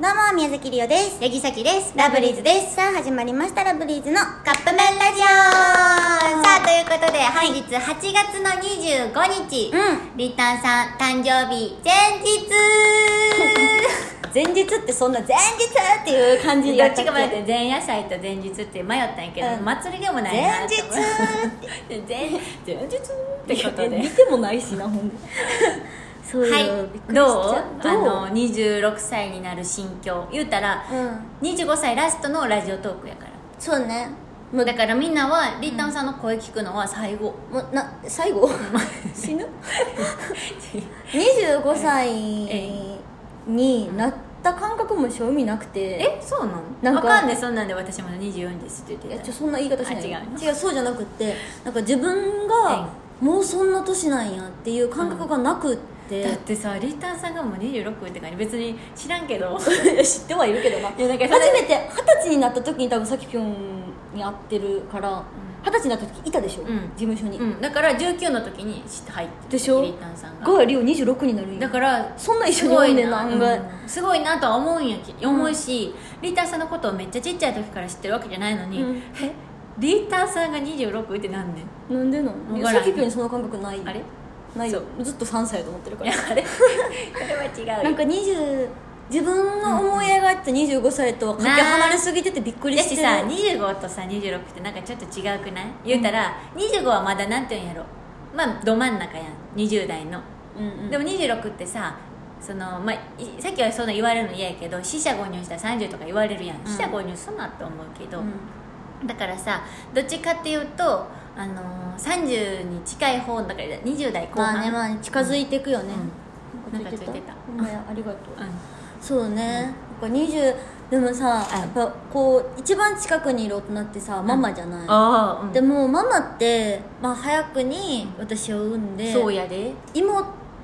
どうも宮崎りおです八木崎ですラブリーズですさあ始まりましたラブリーズのカップ麺ラジオさあということで本日8月の25日、うリターンさん誕生日前日前日ってそんな 前日っていう感じどやっったちっけか迷って前夜祭と前日って迷ったんやけど、うん祭りでもない前な日と思って前前日ってことで見てもないしなほん でそはいどうどうあの26歳になる心境言うたら、 うん25歳ラストのラジオトークやからそうねもうだからみんなはりったんさんの声聞くのは最後、もうな最 後死ぬ25歳になった感覚も正味なくてえそうなのなんかあかんでそんなんで私まだ24ですって言っていやたちょそんな言い方しないあ違うの違うそうじゃなくってなんか自分がもうそんな年なんやっていう感覚がなくって、だってさリーターさんがもう26って感じ別に知らんけど知って はいるけどないやなんかそれ初めて二十歳になった時に多分さきぴょんに会ってるから二十歳になった時いたでしょ、ん事務所に、うんだから19の時に知って入ってるでしょリーターさんががリオ26になるんやだからそんな一緒すにごおいんねんなな、案外うんすごいなとは思うんやけ思うし、リーターさんのことをめっちゃちっちゃい時から知ってるわけじゃないのに、うんえリーターさんが26ってなんねんなんでなんわいからやんさきぴょんにその感覚ないあれいないよずっと3歳やと思ってるからやあれ これは違うよなんか20自分の思い描いた25歳とはかけ離れすぎててびっくりだしてしるさ25とさ26ってなんかちょっと違くない言うたら、25はまだなんて言うんやろまあど真ん中やん20代の、うんうんでも26ってさその、まあ、いさっきはそんな言われるの嫌やけど四捨五入したら30とか言われるやんん四捨五入すんなって思うけど、うんだからさどっちかっていうと、あのー、30に近い方だから20代後ま半あねまあね近づいていくよね、うんなんかついてたほんまやありがとう、うんそうね、やっぱ20でもさ、やっぱこう一番近くにいる大人ってさママじゃない、ああ、うんでもママって、まあ、早くに私を産んでそうやで妹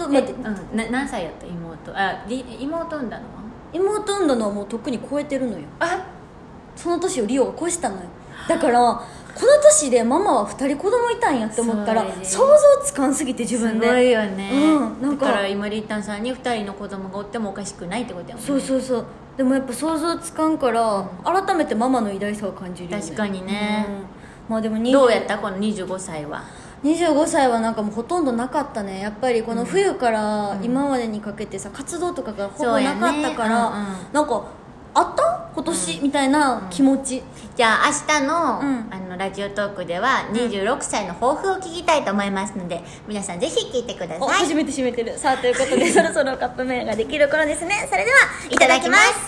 まえあうん、な何歳やった妹あり妹産んだのは妹産んだのはもうとっくに超えてるのよあその年をリオが越したのよだからこの年でママは2人子供いたんやって思ったらそうやね想像つかんすぎて自分すごでいよね、うんなんだかから今りったんさんに2人の子供がおってもおかしくないってことやもんねそうそうそうでもやっぱ想像つかんから改めてママの偉大さを感じるよね確かにねうんまあでも20どうやったこの25歳は25歳はなんかもうほとんどなかったねやっぱりこの冬から今までにかけてさ活動とかがほぼなかったから、そうやねうんうなんかあった今年、みたいな気持ち、じゃあ明日の,、うんあのラジオトークでは26歳の抱負を聞きたいと思いますので皆さんぜひ聞いてくださいお初めて締めてるさあということでそろそろカップ麺ができる頃ですねそれではいただきます